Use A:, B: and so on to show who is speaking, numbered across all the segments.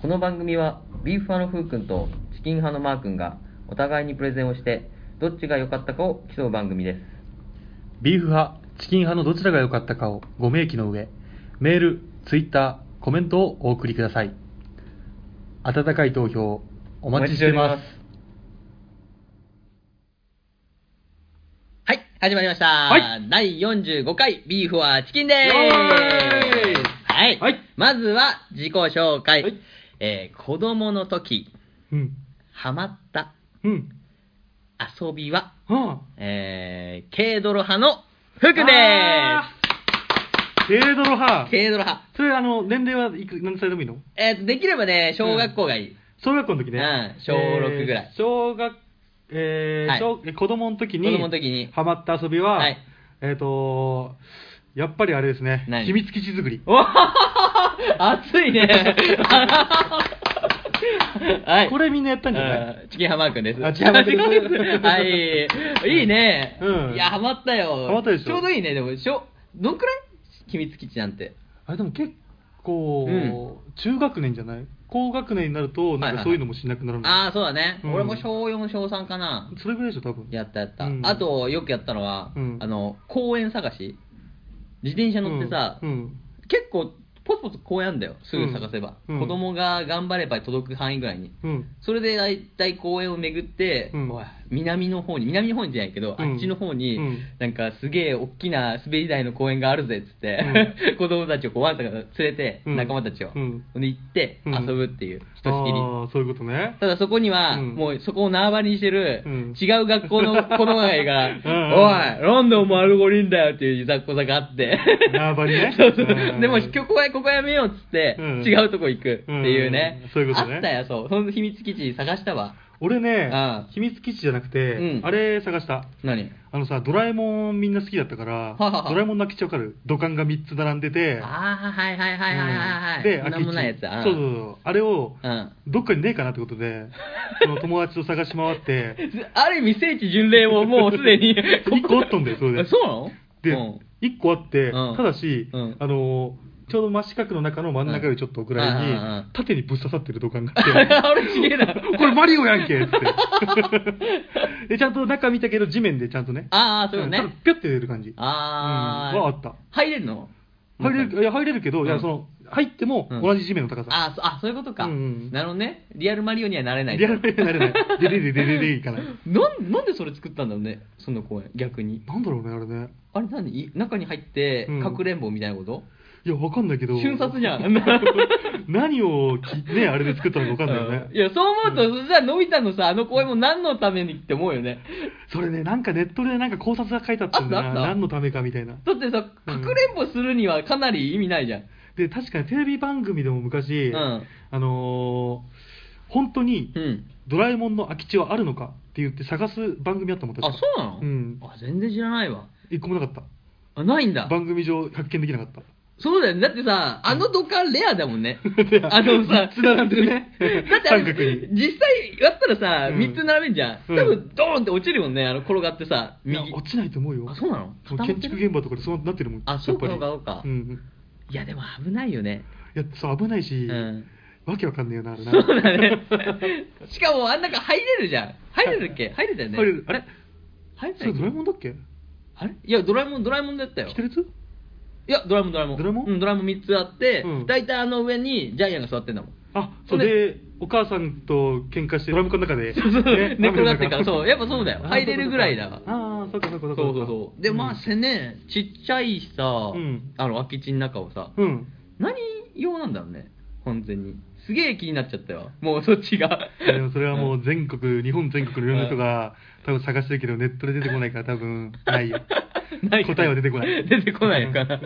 A: この番組はビーフ派のふうくんとチキン派のマーくんがお互いにプレゼンをしてどっちが良かったかを競う番組です
B: ビーフ派、チキン派のどちらが良かったかをご明記の上、メール、ツイッター、コメントをお送りください。温かい投票、お待ちしています。
C: はい、始まりました。
B: はい
C: 第45回、ビーフはチキンで
B: イエーイ
C: ーす。はい、
B: はい
C: まずは、自己紹介。
B: はい
C: えー子供の時、
B: うん。
C: ハマった
B: うん。
C: 遊びは、
B: は
C: えー、軽泥派の福で
B: ああ。軽泥
C: す。
B: 派。
C: 軽泥派。
B: それ、あの、年齢はいく何歳でもいいの
C: えっ、と、できればね、小学校がいい。
B: 小学校の時ね。
C: うん小六ぐらい
B: えー小学、えー
C: はい
B: 小え子供の時に、
C: 子供の時に
B: ハマった遊びは、
C: はい
B: えっ、と、やっぱりあれですね、
C: 何
B: 秘密基地作り。
C: お熱いね。 はい。
B: これみんなやったんじゃない
C: うんチキンハマー君です。
B: あチキンハマー君です
C: はい。いいね。
B: うん
C: いや、ハマったよ。
B: ハマったでしょ
C: ちょうどいいね。でも、しょ、どんくらい秘密基地なんて。
B: あれでも結構、
C: う
B: 中学年じゃない高学年になると、なんかそういうのもしなくなるの、
C: ああ、そうだね。
B: うん
C: 俺も小4、小3かな。
B: それぐらいでしょ、多分。
C: やったやった。
B: うん
C: あと、よくやったのは、
B: うん
C: あの、公園探し。自転車乗ってさ、
B: うんうん
C: 結構、ポツポツ公園あんだよ。すぐ探せば。
B: うんうん
C: 子供が頑張れば届く範囲ぐらいに。
B: うん。
C: それで大体公園を巡って、
B: うん
C: おい南の方に南の方にじゃないけど、
B: うん
C: あっちの方に、
B: うん
C: なんかすげえ大きな滑り台の公園があるぜっつって、 子供たちをこうわんさか連れて、
B: うん
C: 仲間たちを、
B: うん
C: で行って
B: うん
C: 遊ぶっていう、ひとしきり。
B: ああ、そういうこと ね。
C: ただそこには、
B: うん
C: もうそこを縄張りにしてる、
B: うん
C: 違う学校の子供がいが、
B: うん
C: おい、なんでお前アルゴリンだよっていう雑魚さがあって。
B: 縄張りね
C: そうそう
B: うん
C: でも、ここは、ここはやめようっつって、
B: うん
C: 違うとこ行くっていうね。
B: うんそういうことね
C: あったよ、そう。その秘密基地探したわ。
B: 俺ね
C: ああ、
B: 秘密基地じゃなくて、
C: うん
B: あれ探した。
C: 何
B: あのさ、ドラえもんみんな好きだったから、
C: ははは
B: ドラえもんの空き地わかる土管が3つ並んでて、
C: ああ、はいはいはいはいはいはい。
B: で、
C: なん
B: 空き
C: も
B: 地
C: ないやつだ。
B: そうそうそう。あれを、
C: うん。うん。
B: どっかにねえかなってこ とで、その友達と探し回って、
C: ある意味、聖地巡礼をもうすでに。
B: 一個あったんだよそれで
C: そうなの
B: で、
C: うん
B: 1個あって、
C: うん
B: ただし、
C: うん
B: あのーちょうど真四角の中の真ん中よりちょっとぐらいに、
C: うんうんうんうん
B: 縦にぶっ刺さってる土管があって、
C: あれ、すげえな。
B: これマリオやんけっつって。で、ちゃんと中見たけど、地面でちゃんとね、
C: ああ、そうよ
B: ん
C: ね。
B: ピョって出る感じ。
C: あ
B: うん
C: あ。
B: はあった。
C: 入れるの
B: 入れるいや入れるけど、
C: うん
B: いやその入っても
C: うん
B: 同じ地面の高さ。
C: あーそあ、そういうことか。
B: うんうん
C: なるほどね。リアルマリオにはなれない。
B: リアルマリオになれない。ででででででいかない。
C: なんなんでそれ作ったんだろうね、その公園、逆に。
B: なんだろうね、あれね。
C: あれ何い中に入って、
B: うん
C: かくれんぼみたいなこと、
B: いや、わかんないけど。
C: 瞬殺じゃん。
B: 何をき、ね、あれで作ったのかわかんないよ
C: うん
B: ね。
C: いや、そう思うと、じゃあ、のび太のさ、あの公園も何のためにって思うよね。
B: それね、なんかネットでなんか考察が書いてあったんだ
C: あ
B: な。
C: ったあった
B: 何のためかみたいな。
C: だってさ、かくれんぼするにはかなり意味ないじゃん。
B: で、確かにテレビ番組でも昔、
C: うん
B: あのー本当に
C: うん。
B: ドラえもんの空き地はあるのかって言って探す番組あったもん、確
C: あ、
B: か
C: そうなの
B: うん
C: あ、全然知らないわ。
B: 一個もなかっ
C: あ、ないん
B: た。
C: だ。
B: 番組上発見できなかった。
C: そうだよね。だってさ、あの土管レアだもんね
B: レ。ア
C: あのさ、
B: 三つ並んでね
C: だってあれ、
B: 三角に
C: 実際やったらさ、
B: うん
C: 3つ並べんじゃん。多
B: うん
C: 分、ドーンって落ちるもんね、あの転がってさ、
B: い
C: 右
B: や。落ちないと思うよ
C: あ、そうなの
B: もう建築現場とかでそうなってるもん
C: あそうかそうかそうか
B: んん、
C: いや、でも危ないよね。
B: いやそう危ないし、
C: うん
B: わけわかんねえよなあれな
C: そうだね。 しかも、あん中入れるじゃん。入れるっけ入れたよね。
B: 入れるあれ
C: 入れ
B: そ
C: たよ
B: れドラえもんだっけ
C: あれいや、ドラえもん、ドラえもんだったよ。
B: 着てるやつ
C: いや、ドラえもん、ドラえもん。
B: ドラえもん
C: うん、ドラえもん3つあって
B: うん、
C: 大体あの上にジャイアンが座ってんだもん。
B: あそうでお母さんと喧嘩してドラム缶の中で
C: そうそう
B: ね
C: 寝転がってるから
B: 雨の中
C: そうやっぱそうだよ
B: あ
C: 入れるぐらいだわ
B: ああそうかそうか
C: そ
B: そううか
C: そうそう。で、まあ、せね、ちっちゃいさ、
B: ん
C: あの、空き地の中をさ、
B: うん、うん
C: 何用なんだろうね、完全に。すげえ気になっちゃったよ。もうそっちが。
B: でもそれはもう 全国、日本全国のいろんな人が多分探してるけど、ネットで出てこないから多分な いよ。
C: ない
B: 答えは出てこな い
C: 出てこないのかな。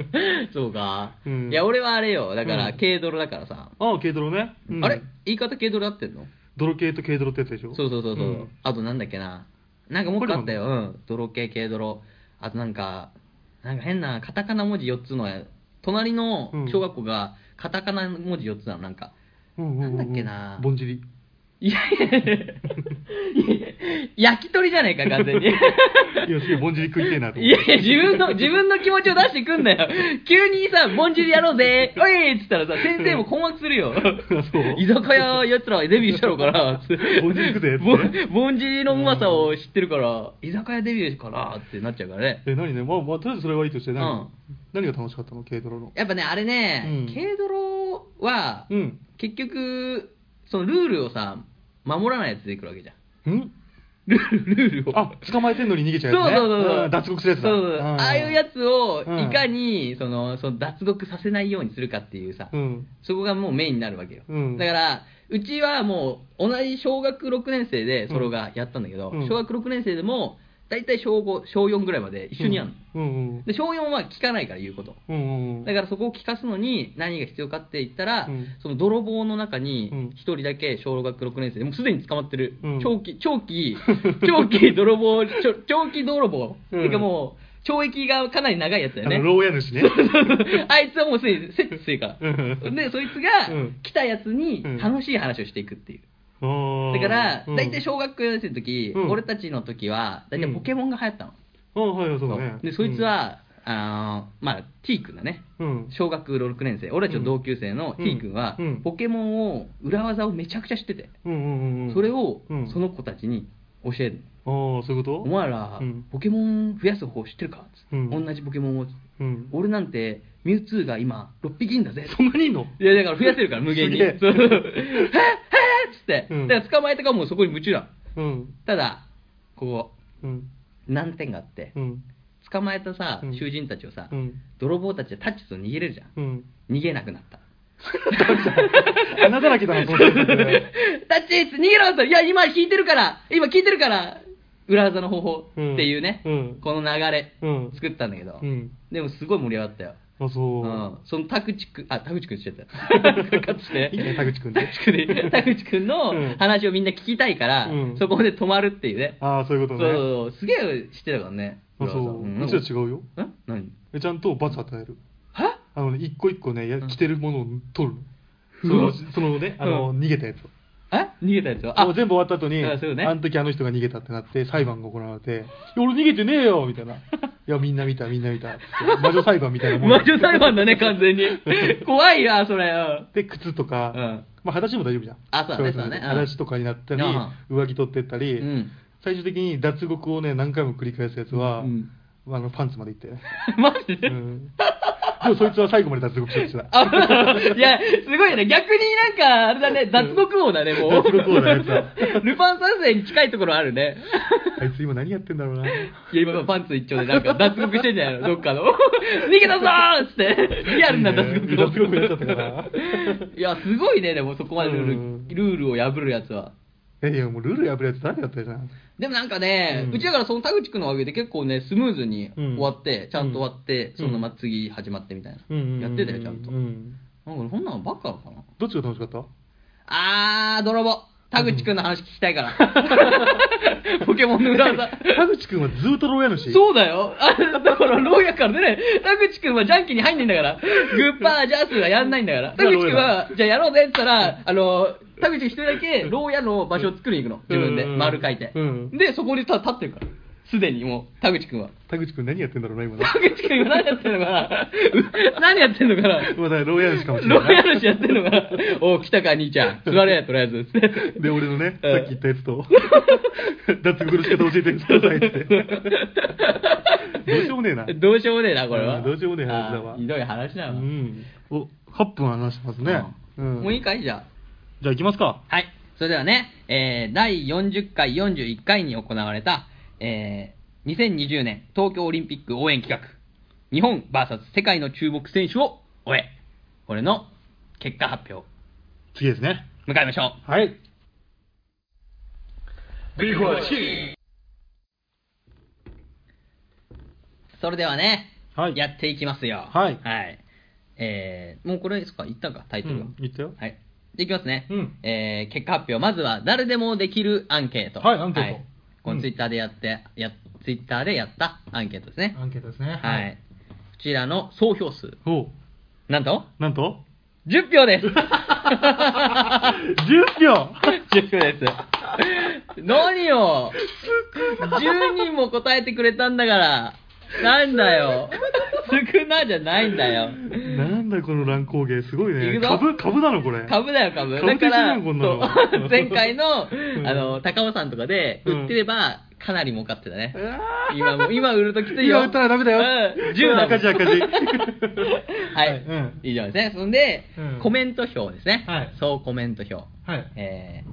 C: そうか。
B: うん
C: いや、俺はあれよ。だから、
B: うん
C: 軽泥だからさ。
B: ああ、軽泥ね。うん
C: あれ言い方軽泥合ってんの
B: 泥系と軽泥ってやつでしょ
C: そうそうそうそう、
B: ん
C: あとなんだっけななんかもう一個あったよ、うん、泥系軽泥あとなんかなんか変なカタカナ文字4つの隣の小学校がカタカナ文字4つなのなんか、
B: うんうんうんうん
C: なんだっけな
B: ぼんじり。
C: いいやいやいや いや焼き鳥じゃねえか、完全に。
B: いや、すげえ、ぼんじり食いてえなと思
C: いや
B: って。
C: いや、自分 の、自分の気持ちを出してくんなよ。急にさ、ぼんじりやろうぜ、おいっつったらさ、先生も困惑するよ。
B: そう
C: 居酒屋やつらデビューしたのかなつって
B: ぼんじり食ぜ
C: ぼ
B: って
C: ぼんじりのうまさを知ってるから、居酒屋デビューかなってなっちゃうからね。
B: え、何ね、まあ、まあ、とりあえずそれはいいとして、何,、
C: うん
B: 何が楽しかったの軽トラの。
C: やっぱね、あれね
B: う、ん
C: 軽泥は
B: う、ん。
C: 結局、そのルールをさ、守らないやつ出てくるわけじゃん。
B: ん
C: ルール、ルールを。
B: あ、捕まえてんのに逃げ
C: そ
B: ちゃ
C: う
B: うやつ、ね。
C: そうそうそう。
B: ん脱獄するやつだ。
C: そうそうそうああいうや
B: つ。
C: つを、
B: うん
C: いかに、その、その脱獄させないようにするかっていうさ、
B: うん。
C: そこがもうメインになるわけよ。
B: うん
C: だから、うちはもう、同じ小学6年生でソロがやったんだけど、
B: うん
C: 小学6年生でも、だいたい小5、小4ぐらいまで一緒にやるの。
B: うんうん。
C: で、小4は聞かないから言うこと。
B: うんうんうん。
C: だからそこを聞かすのに何が必要かって言ったら、
B: うん
C: その泥棒の中
B: う
C: に
B: ん
C: 一人だけ小学6年生でもうすでに捕まってる、
B: うん
C: 長期長 期長期泥棒ちょ長期泥棒、
B: うん
C: てかもう懲役がかなり長いやつだよ
B: あ
C: ね
B: の牢屋主ね。
C: あいつはもうすでにセットするか
B: う
C: ら
B: ん
C: でそいつが
B: うん
C: 来たやつに
B: うん
C: 楽しい話をしていくっていう、
B: だ
C: だから大体
B: ょ
C: 小学4年生の時、
B: うん
C: 俺たちの時は大体ポケモンが流行ったの、
B: ああ、はい、そうだね。
C: でそいつ、は、あのまあ T 君だね
B: うん。
C: 小学6年生俺たちの同級生の
B: うん
C: T 君は、
B: うん
C: ポケモンを裏技をめちゃくちゃ知ってて、
B: うんうんうんうん。
C: それを
B: うん
C: その子たちに教える、
B: ああ、そういうこと
C: お前ら、
B: うん
C: ポケモン増やす方法知ってるか、
B: うん
C: 同じポケモンを、
B: うん。
C: 俺なんてミュウツーが今6匹いんだぜ
B: そんなにいんの
C: いやだから増やせるから無限に
B: すげえ
C: そうへっへっつって、
B: うん
C: だから捕まえたかもうそこに夢中だ
B: うん。
C: ただこ
B: うん。
C: う難点があって
B: うん。
C: 捕まえたさ
B: うん
C: 囚人たちをさ、
B: うん。
C: 泥棒たちはタッチと逃げれるじゃん
B: うん。
C: 逃げなくなった
B: 穴だらけだな、この人 って
C: タッチ逃げろっていや、今聞いてるから、今聞いてるから、裏技の方法っていうね、
B: うん
C: この流れ、
B: うん
C: 作ったんだけど、
B: うん。
C: でもすごい盛り上がったよ。
B: あ、
C: う
B: そう。
C: ん、その田口くん、あ、田口くんしちゃ った。かつて
B: いいね田口くん
C: 田
B: で
C: 口くんで田口くん
B: うん
C: の話をみんな聞きたいから、
B: うん
C: そこで止まるっていうね。
B: ああ、そういう
C: そ
B: こ
C: う
B: とね。
C: そうすげえしてたからね。
B: あ、そ
C: 裏技
B: う。
C: ん
B: うちは違うよ。
C: ん何
B: えちゃんと罰与える。
C: は
B: あのね、一個一個ね、や
C: うん
B: 着てるものを取る
C: う
B: の。
C: わ
B: その、そのね、あの、逃げたやつを。
C: え逃げたやつは
B: もう全部終わった後に、
C: あそうね
B: あの時あの人が逃げたってなって、裁判が行われて、いや俺逃げてねえよみ たいな。いや、みんな見た、みんな見た。つって魔女裁判みたいなもん
C: 魔女裁判だね、完 全に。怖いな、それ。うん
B: で、靴とか、
C: うん
B: まあ、裸足も大丈夫じゃん。
C: あそうだねそうだねうん
B: 裸足とかになったり
C: うん、
B: 上着取ってったり、
C: うん
B: 最終的に脱獄をね、何回も繰り返すやつは、
C: うん
B: あのパンツまで行って。
C: マジ
B: う
C: で、
B: ん、でもそいつは最後まで脱獄しようとしてた。
C: あ、いや、すごいね。逆になんか、あれだね、脱獄王だね、もう。
B: 脱獄王だねやつは
C: ルパン三世に近いところあるね。
B: あいつ今何やってんだろうな。
C: いや、今パンツ一丁でなん か脱獄してんじゃないのどっかの。 逃げたぞーっつって。リアルな脱獄王。
B: 脱獄になっちゃったから
C: いや、すごいね、でもそこまでル
B: う
C: ー
B: ん
C: ルルールを破るやつは。
B: えいや、もうルール破るやつ誰だったじゃん。
C: でもなんかね、
B: う
C: うんちだからその田口くんのおかげで結構ね、スムーズに終わって、
B: うん
C: ちゃんと終わって、
B: うん
C: そのまま次始まってみたいな。やってたよ、ちゃんと。
B: う
C: なんかそんなのばっかなのかな
B: どっちが楽しかった
C: あー、泥棒。田口くんの話聞きたい から。ポケモンの裏技。
B: 田口くんはずっと牢屋主
C: そうだよ。あだから、牢屋から出ない。田口くんはジャンキーに入んないんだから。グッパー、ジャスはやんないんだから。田口くんは、じゃあやろうぜって言ったら、あの、田口一人だけ牢屋の場所を作りに行くの。自分で。
B: うん
C: 丸書いて
B: うん。
C: で、そこにた立ってるから。すでにもう、田口くんは。
B: 田口くん何やってんだろ うな、今な
C: 田。口くん今何やってんのか な何やってんのかな
B: まだ牢屋主かもしれ
C: 牢
B: な
C: 屋
B: い。
C: 主やってんのか なおう、来たか、兄ちゃん。座れや、とりあえず。
B: で、俺のね、さ
C: うん
B: っき言ったやつと、 脱獄の仕方教えてくださいって。どうしようもねえな。
C: どうしようもねえな、これ
B: う
C: は。
B: んどうしようもねえ話だわ
C: あーひどい話だ
B: う
C: わ。
B: ん。お、8分話してますね。
C: うんもういい
B: か
C: かいじゃあ。
B: じゃあ行きますか。
C: はい。それではね、えー第40回、41回に行われた、えー2020年東京オリンピック応援企画、日本 VS 世界の注目選手を終え、これの結果発表、
B: 次ですね。
C: 迎えましょう。
B: はい。
C: それではね、
B: はい
C: やっていきますよ。
B: はい
C: えーもうこれですか、言ったか、タイトルは。
B: うん言ったよ
C: はい。でいきますね。
B: うん
C: えー結果発表、まずは誰でもできるアンケート。
B: はいアンケート
C: この
B: うん
C: ツイッターでやって、や、ツイッターでやったアンケートですね。
B: アンケートですね。
C: はい。こ。ちらの総票数、
B: お
C: なんと、
B: なんと
C: 10票です
B: !10 票
C: !10 よろしくお願いします。 何よ !10 人も答えてくれたんだから、なんだよ。少なじゃないんだよ。
B: なんだこの乱高下、すごい
C: い
B: ね。
C: くぞ
B: 株、株なのこれ。
C: 株だよ、株。
B: 株
C: だから、
B: で
C: そ
B: きるよこんなの
C: う前回の、
B: うん
C: あの、高尾山とかで売ってれば、かなり儲かってたね。
B: あー
C: 今も、今売るときついよ。
B: 今売ったらダメだよ。
C: うん、10だもん
B: 赤字赤 字。
C: は
B: はい
C: い
B: うん。
C: 以上ですね。そんで
B: うん、
C: コメント表ですね
B: はい。
C: 総コメント表。
B: はい。
C: え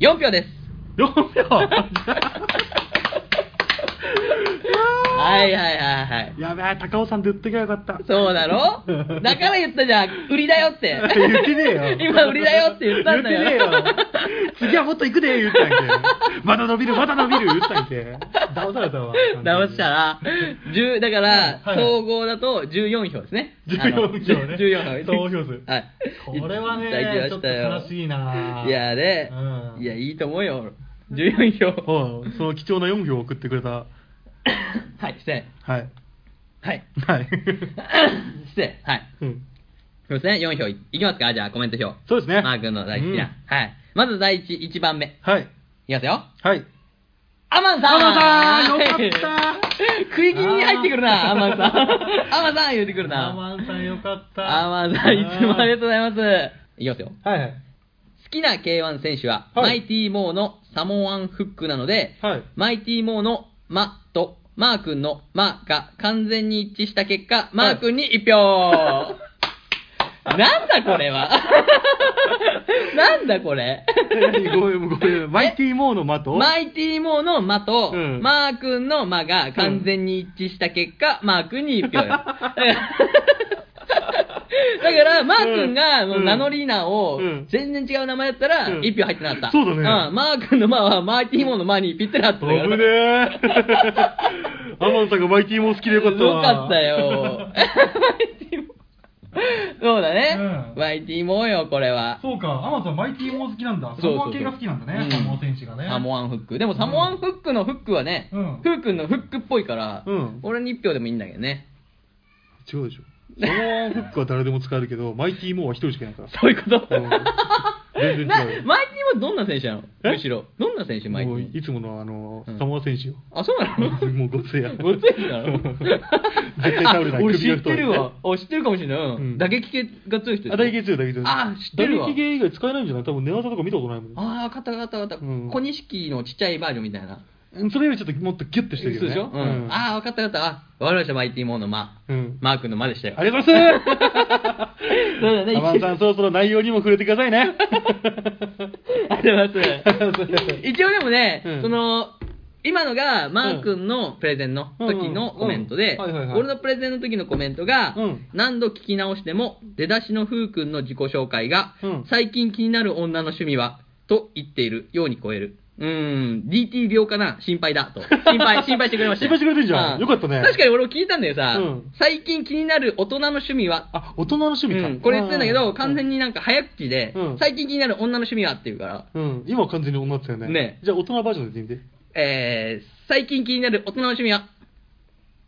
C: ー、4票です。
B: 4秒
C: はいはいはいはい。
B: やべえ、高尾さんで売ってきゃよかった。
C: そうだろだから言ったじゃん。売りだよって。
B: 言ってねえよ。
C: 今売りだよって言ったんだよ。
B: 言ってねえよ。次はもっと行くで、言ったんけ。まだ伸びる、まだ伸びる、言ったんけ。騙されたわ。
C: 直したら、10だから、
B: はい
C: 総合だと14票ですね。
B: 14
C: あの
B: 票ね
C: 14票。
B: 総票数
C: はい。
B: これはい
C: ただきま
B: ね、
C: し
B: ちょったと
C: よ
B: 悲しいない
C: いやね、
B: うん
C: いや、いいと思うよ。14票。
B: おうその貴重な4票を送ってくれた。
C: はい、失礼。
B: はい。
C: はい。
B: はい。
C: 失礼。はい。
B: うん
C: そうですね、4票いいきますかじゃあコメント表。
B: そうですね
C: マー君の大好きな。
B: う
C: はい。まず第一、一番目。い
B: はい。
C: きますよ。
B: はい。
C: アマンさん
B: アマンさんよかった
C: 食い気味に入ってくるな、アマンさん。アマンさん言うてくるな。
B: アマンさんよかった。
C: アマンさん、いつもありがとうございます。いきますよ。
B: はいはい。
C: 好きな K1 選手は、
B: はい
C: マイティモーのサモアンフックなので、
B: はい
C: マイティモーのマとマー君のマが完全に一致した結果、マー君に1票、なんだこれ はなんだこれ
B: 何ごめん、ごめん。マイティーモーの的
C: マイティモーのマと、
B: うん
C: マー君のマが完全に一致した結果、マー君に1票よ。だ から、マー君が
B: うん
C: もう名乗り名を
B: うん
C: 全然違う名前だったら、
B: うん
C: 1票入ってなかった。
B: そうだね
C: んマー君のマはマーティモーのマにぴったり合ってた
B: 危
C: か
B: ね
C: ら。
B: え。アマンさんがマイティーモー好きでよかったわ。
C: よかった よ。そうだね
B: う。ん
C: マイティモーよ、これは。
B: そうか、アマンさんマイティーモー好きなんだ。
C: そうそうそう
B: サモア系が好きなんだ
C: う
B: ね
C: ん、
B: サモア選手がね。
C: サモ
B: ア。
C: アンフック。でもサモアンフックのフックはね、
B: うん
C: フー君のフックっぽいから、
B: うん
C: 俺に1票でもいいんだけどね。
B: 違うでしょ。サモアフックは誰でも使えるけど、マイティーモーは一人しかいないから。
C: そういうこと、
B: うん全
C: な
B: 然違うよ。
C: マイティもどんな選手なの
B: え
C: むしろ。どんな選手、マイテ
B: もう
C: ィ
B: いつものあの
C: うん
B: サモア選 手よ。
C: あ、そうなの
B: もうごついや。
C: ごついなの
B: 絶対倒れない。
C: 俺
B: 首
C: 知
B: が
C: っ
B: 太
C: て
B: い
C: るわ。。お、知ってるかもしれない。う。
B: うんん
C: 打撃系が強い人
B: あ、打撃強い、打撃強い。
C: あ知ってるわ
B: 打撃芸以外使えないんじゃない多分寝技とか見たことないもん。
C: ああ、勝った勝った勝った。
B: うん
C: 小錦のちっちゃいバージョンみたいな。
B: うんそれよりちょっともっとギュッとしてるよ
C: そう
B: ね。
C: でしょ、うん
B: うん
C: ああ、分かった分かった。あ、わかりました、マイティモーの間。
B: うん
C: マー君の間でしたよ。
B: ありがとうござい ます
C: そうだね、
B: アマンさん、そろそろ内容にも触れてくださいね。
C: ありがとうございます。一応でもね、
B: うん
C: その、今のが、マー君のプレゼンの時のコメントで、
B: うんうんうんはいはいはい
C: 俺のプレゼンの時のコメントが、
B: うん
C: 何度聞き直しても、出だしの風君の自己紹介が、
B: うん
C: 最近気になる女の趣味は、と言っているように聞える。うーん、DT 病かな心配だ、 と。心配、心配してくれましたよ。
B: 心配してくれてんじゃん
C: う
B: よかったね
C: 確かに俺も聞いたんだよさ、
B: うん
C: 最近気になる大人の趣味は
B: あ、大人の趣味か。
C: うん、これ言ってんだけど、
B: う
C: 完全。になんか早口で、
B: うん
C: 最近気になる女の趣味はって言うから、
B: うん、今は完全に女だったよね。
C: ね
B: じゃあ大人バージョンで言ってみて。
C: えー、最近気になる大人の趣味は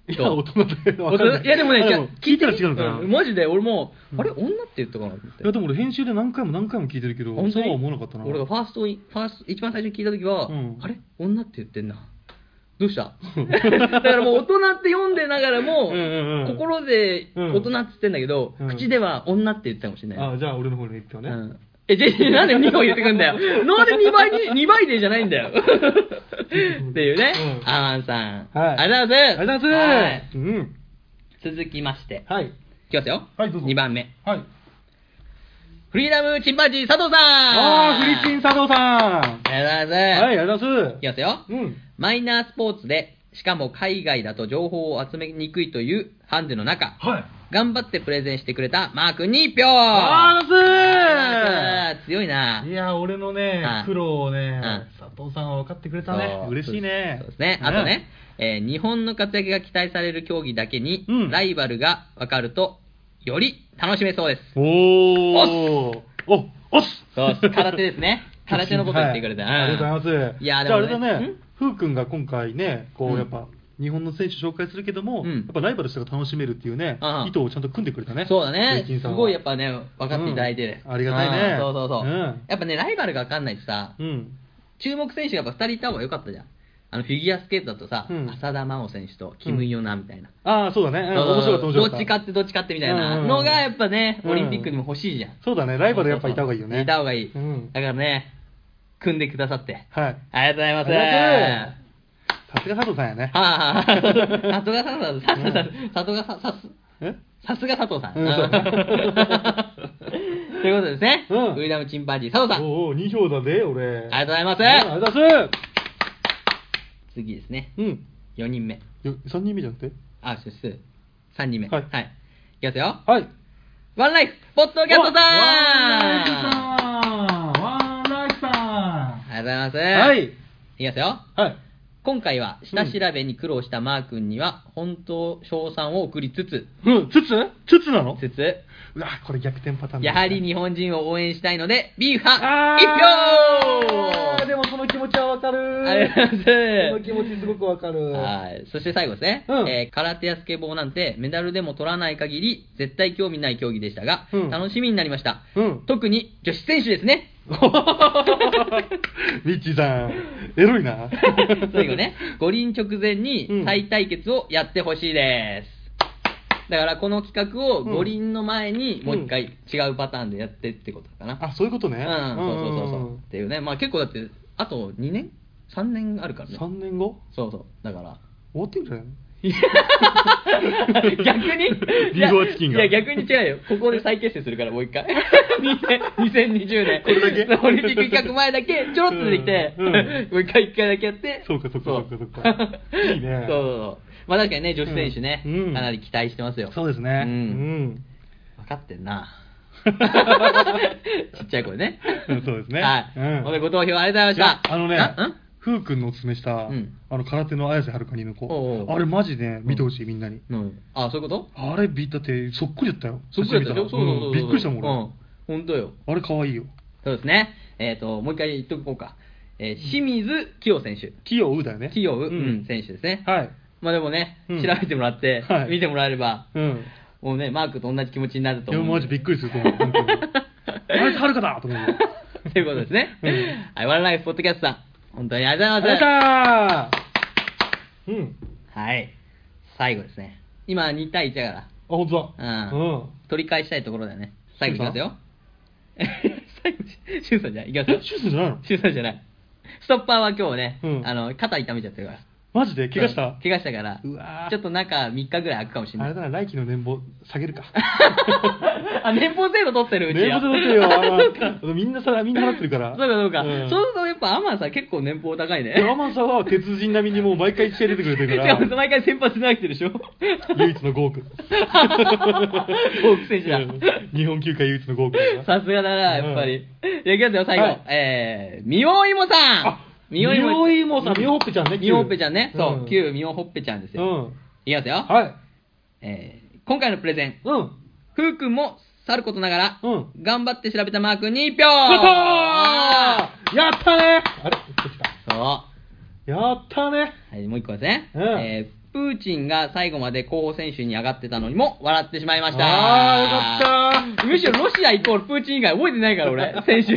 B: 今は大人だよ。わかんな
C: 大人いやでもね、
B: あ
C: じゃあ
B: 聞いたら違うのかな。
C: んマジで俺も、
B: うん
C: あれ、女って言ったかなって。
B: いやでも俺編集で何回も何回も聞いてるけど、
C: 本当
B: そう
C: に
B: は思わなかったな。
C: 俺がファーストに、ファースト、一番最初に聞いた時は、
B: うん
C: あれ女って言ってんな。どうした だからもう大人って読んでながらも、
B: うんうんうん
C: 心で
B: うん
C: 大人って言ってんだけど、
B: うん
C: 口では女って言ってたかもしれない。
B: あ、じゃあ俺の方に言っては
C: う
B: ね。
C: んえ、じゃあなんで2個言ってくんだよ。 なんで2倍に、二倍でじゃないんだよ。っていうね、
B: うん
C: アマンさん。
B: はい
C: ありがとうございます。
B: ありがとうご
C: は
B: ざい
C: い
B: ます。うん。
C: 続きまして。
B: はい。
C: いきますよ。
B: はいどうぞ
C: 2番目。
B: はい。
C: フリーダムチンパンジー佐藤さん。
B: あー、フリチン佐藤さ
C: あり
B: ん。
C: がとうございます。
B: はい、ありがとうござい
C: いき
B: ま
C: ますよ。
B: す。うん。
C: マイナースポーツで、しかも海外だと情報を集めにくいというハンデの中、
B: はい。
C: 頑張ってプレゼンしてくれたマー君に1票
B: あー、
C: あ
B: あ
C: ー強いな。
B: いや、俺の
C: はい
B: ね、苦労をね
C: う、
B: 佐藤さんは分かってくれたね
C: そ。う
B: 嬉しいね。
C: そうですね。あとね、えー日本の活躍が期待される競技だけに、
B: うん
C: ライバルが分かると、より楽しめそうです。
B: おー。おっおっす
C: そうです空手です ね。空手のこと言ってくれた。
B: はいありがとうございます。
C: いや
B: じゃああれ
C: でも
B: だ
C: ね
B: ね、ふうくんが今回ね、こ
C: うん
B: うやっぱ、日本の選手紹介するけども、
C: うん
B: やっぱライバルとしてが楽しめるっていうね
C: ああ、
B: 意図をちゃんと組んでくれたね。
C: そうだ
B: ベ
C: ね
B: イキン
C: す
B: さんは
C: ごいやっぱね分かっていただいてる、
B: うんありがたいね
C: うんそうそうそう、
B: うん
C: やっぱねライバルが分かんないとさ
B: うん。
C: 注目選手がやっぱ2人いた方が良かったじゃんあのフィギュアスケートだとさ、
B: うん
C: 浅田真央選手とキム・イヨナみたいな、
B: ああ、そうだね。うん
C: そう
B: 面白かった、面白か
C: ど
B: った。
C: っちかってどっちかってみたいな
B: うんうん
C: のがやっぱね、
B: うん
C: オリンピックにも欲しいじゃん。
B: そうだね、ライバルやっぱいた方がいいよね。
C: いた方がいい。
B: うん
C: だからね、組んでくださって。
B: はい。
C: ありがとうございます。
B: あさすが佐藤さんやね。
C: はあ、 さすが佐藤さん、さすがささす
B: え
C: さすが佐藤さん。
B: うん そう
C: ということですね、
B: うん
C: ウィリアム・チンパンジー、佐藤さん、
B: おうおう、2票だぜ、俺。
C: ありがとうござい
B: うんあ
C: ま。
B: りがとうございます
C: 次ですね、
B: すうん。
C: 4人目。
B: よ3人目じゃなくて
C: あ、そうです。3人目。
B: は
C: はいい。いきますよ。
B: はい。
C: ワンライフ、ポッドキャストさんあ
B: ワンライフさ
C: りがとうござい
B: んワ
C: ます。
B: ンライフさんはい。
C: いきますよ。
B: はい。
C: 今回は下調べに苦労したマー君には本当賞賛を送りつつ、
B: うん、つつつつなの
C: つつ、
B: うわ、これ逆転パターンだ
C: やはり日本人を応援したいので、ビーフ
B: あ
C: 派
B: ー
C: 一票
B: あーでもその気持ちはわかる。
C: ありがとうございます
B: その気持ちすごくわかる。
C: はい。そして最後ですね、
B: うん
C: えー空手やスケボーなんてメダルでも取らない限り絶対興味ない競技でしたが、
B: うん
C: 楽しみになりました、
B: うん。
C: 特に女子選手です ね
B: ミッチーさん、エロい な。
C: 最後ね五輪直前
B: うん
C: に再対決をやってほしいです、だからこの企画を
B: うん
C: 五輪の前にもう一回違うパターンでやってってことかな、
B: あ、そういうことね。
C: うん、そうそうそうそう。っていうね、まあ結構だって、あと2年 ?3 年あるからね。
B: 3年後
C: そうそう。だから。
B: 終わってんじゃないの
C: 逆に
B: ビーフォーチキンが
C: いや、いや逆に違うよ。ここで再結成するから、もう一 回。2020年。
B: これだけ
C: オリンピック企画前だけ、ちょろっとできて、
B: うんうん
C: もう一回一回だけやって。
B: そうかそうかそうかそうか
C: そう
B: いいね
C: そうそうそう。まあ確かにね、女子選手ね、
B: うん
C: かなり期待してますよ。
B: そうですね。
C: う。
B: うんん。
C: 分かってんな。 ちっちゃい声ね。
B: うんそうですね
C: はい。
B: うん
C: ほんでご投票ありがとうございまし
B: いや
C: た。
B: あのね
C: あん、
B: ふうくんのおすすめした、
C: うん
B: あの空手の綾瀬はるかにの子
C: おうおう
B: あれマジで見てほしい、みんなに
C: うん、あそういうこと
B: あれびだってそっくりだったよ
C: そっくりだったよ。
B: 写
C: そ
B: 真
C: う
B: 見
C: そうそうう。
B: らんびっくりしたもん俺、
C: うん。本当よ。
B: あれ可愛いよ
C: そうですね。えっ、と、もう一回言っとこうか。えー清水清選手。
B: 器用うだよね
C: 清う、
B: う
C: うんん、選手ですね。
B: はい
C: まあでもね、
B: うん
C: 調べてもらって、
B: はい
C: 見てもらえれば、
B: うん
C: もうね、マークと同じ気持ちになると
B: いや
C: 思う。
B: マジびっくりすると思う本当に綾瀬はるかだ と思うよ
C: ということですね。
B: うん
C: はい、ワンライフポッドキャストさん、本当にありが
B: あ
C: とうござ
B: れ
C: いま
B: だーうん
C: す。はい。最後ですね。今2対1だから。
B: あ本当だ
C: うん取り返したいところだよね。最後いきますよ。 最後、シュンさんじゃない。いきます
B: え
C: よ。
B: シューズじゃないの
C: シュンさんじゃない。ストッパーは今日ね、
B: うん
C: あの肩痛めちゃってるから。
B: マジで怪我した
C: 怪我したから
B: うわー、
C: ちょっと中3日ぐらい空くかもしれ
B: あ
C: な
B: れ
C: い。
B: だな来期の年俸下げるか
C: あ、年俸制度取ってるうち
B: 年
C: や
B: 俸取っ てよあのみんなさみんな払ってるから
C: そうかそうか。
B: ん
C: そうするとやっぱアマンさん結構年俸高いね。
B: 山マさんは鉄人並みにもう毎回試合出てくれてるか
C: しからも、毎回先発投げてるでしょ。
B: 唯一の5億。
C: 多く選手だ。
B: 日本球界唯一の5億だから。
C: さすがだな、やっぱ
B: うん
C: り。じゃあいきますよ、最後。
B: はい
C: えー、みおいもさん
B: あみおいもさんみおほっぺちゃんね
C: みおほっぺちゃんね。
B: 旧
C: そうう、
B: ん
C: 旧みおほっぺちゃんです
B: う
C: よ。
B: ん。
C: いきますよ。
B: はい。
C: えー、今回のプレゼン、
B: うん。
C: ふうくんもさることながら、
B: うん。
C: 頑張って調べたマークに1票
B: やったーやったねあれこっちか。
C: そう。は
B: やったね
C: い、もう一個ですね。
B: うん
C: えープーチンが最後まで候補選手に上がってたのにも笑ってしまいました。
B: あーよかった
C: むしろロシアイコールプーチン以外覚えてないから 俺、選手。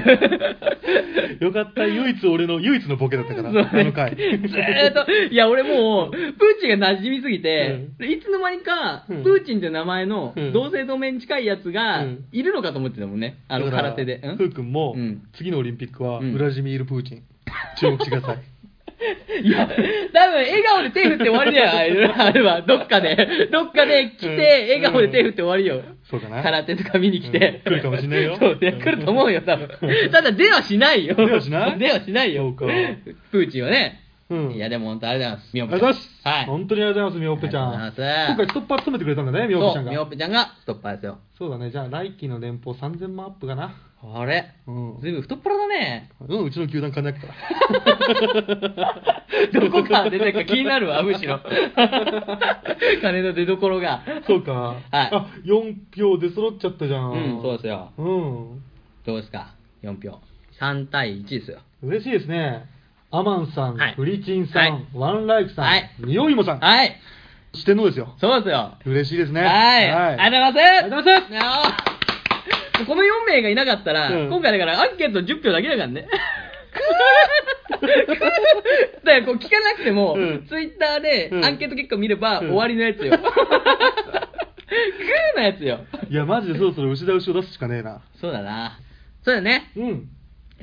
B: よかった。唯一俺の、唯一のボケだったから、
C: そうね
B: あの回。
C: ずーっと、いや、俺もう、プーチンが馴染みすぎて、いつの間にか、プ
B: うん
C: ーチンって名前の
B: うん
C: 同姓同名に近いやつが
B: うん
C: いるのかと思ってたもんね、あの
B: だから
C: 空手で。うん
B: ふうくんも
C: うん、
B: 次のオリンピックは、
C: うん
B: ウラジミール・プーチン。注目してくださ い。
C: いや、多分笑顔で手振って終わりだよあれ、あれは、どっかで、どっかで来て、
B: うん
C: 笑顔で手振って終わりよ。
B: そうかな。
C: 空手とか見に来て、
B: うん来るかもしんないよ
C: そうね、来ると思うよ、多分。ただ、出はしないよ。
B: 出はしない
C: 出はしないよ。プ
B: そうか
C: ーチンはね。
B: うん
C: いや、でも本当あれだよ、み
B: あ
C: お
B: り
C: ぺちゃ
B: がとうんございます。
C: はい。
B: 本当にありがとうございます、みおっぺちゃ
C: あ
B: ん。
C: りがとうございます
B: 今回ストッパー務めてくれたんだね、みおっぺち
C: そ
B: ゃ
C: うん
B: が。
C: みおぺちゃんがストッパーですよ。
B: そうだね、じゃあ来期の年俸3000万アップかな。
C: あれ
B: うん
C: ずいぶん太っ腹だね。
B: うん、うちの球団金な くから。
C: どこから出てるか気になるわ、むし ろ。金の出所が。
B: そうか。あ
C: は、
B: 4票で揃っちゃったじゃん。
C: うん、そうですよ。
B: うん。
C: どうですか ?4 票。3対1ですよ。
B: 嬉しいですね。アマンさん、
C: はい
B: フリチンさん、
C: はい
B: ワンライフさん、
C: はい
B: ニオイモさん、
C: はい。
B: 四天王ですよ。
C: そうですよ。
B: 嬉しいですね。
C: はい。ありがとうございます。
B: ありがとうございます
C: す。この4名がいなかったら、
B: うん
C: 今回だからアンケート10票だけだからね。 だからこう聞かなくても、
B: うん
C: ツイッターで
B: うん
C: アンケート結果見れば、
B: うん
C: 終わりのやつ よ。グーのやつよ。
B: いや、マジでそろそろ牛田牛を出すしかねえな。
C: そうだな。そうだね。
B: うん。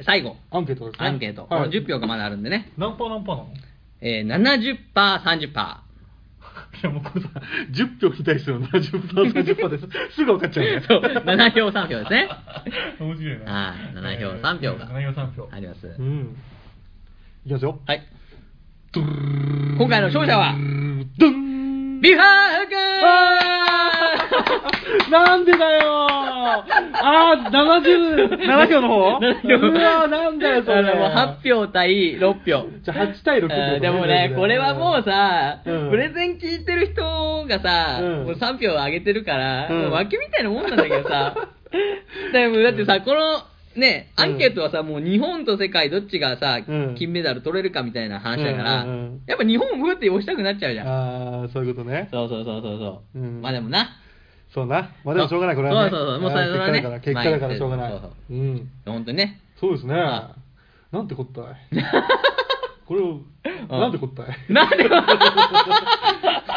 C: 最後、
B: アンケートですね。
C: アンケート。こ
B: は
C: の
B: い、
C: 10票がまだあるんでね。
B: 何パー何パーなのい
C: えー、70%、30%。
B: や、もうこれさ、10票に対しての70%、30%です。すぐ分かっちゃうね。
C: そう、7票、3票です ね。
D: 面白いな。
C: はい7票3票が
D: 7票3票。
C: あります。
B: うん。いきますよ。
C: はい。今回の勝者は、
B: ドゥン
C: ビファー君
B: なんでだよあー、70、7票の 方うわー、なんだよ、それ。
C: もう8票対6票。
B: じゃあ8対6
C: うんでもね、これはもうさ、
B: うん
C: プレゼン聞いてる人がさ、
B: うん
C: もう3票あげてるから、
B: うん
C: もう負けみたいなもんなんだけどさ、 でもだってさ、この、ね、アンケートはさ、もう日本と世界どっちがさ、
B: うん
C: 金メダル取れるかみたいな話だから、
B: うんうんうん
C: やっぱ日本をうって押したくなっちゃうじゃん。
B: あー、そういうことね。
C: そうそうそうそうそう。
B: うん
C: まあでもな、
B: そうな。まあでもしょうがない、これはね。
C: そうそうそうもうそれ
B: あー
C: それはね
B: 結果だから、結果だ
C: ま
B: か
C: あ
B: らしょうがない。
C: そうそう
B: うん。
C: 本当に ね、
B: そうですね。
C: あ
B: なんてこ ったい。これを、なんてこったい。
C: なんで
B: 普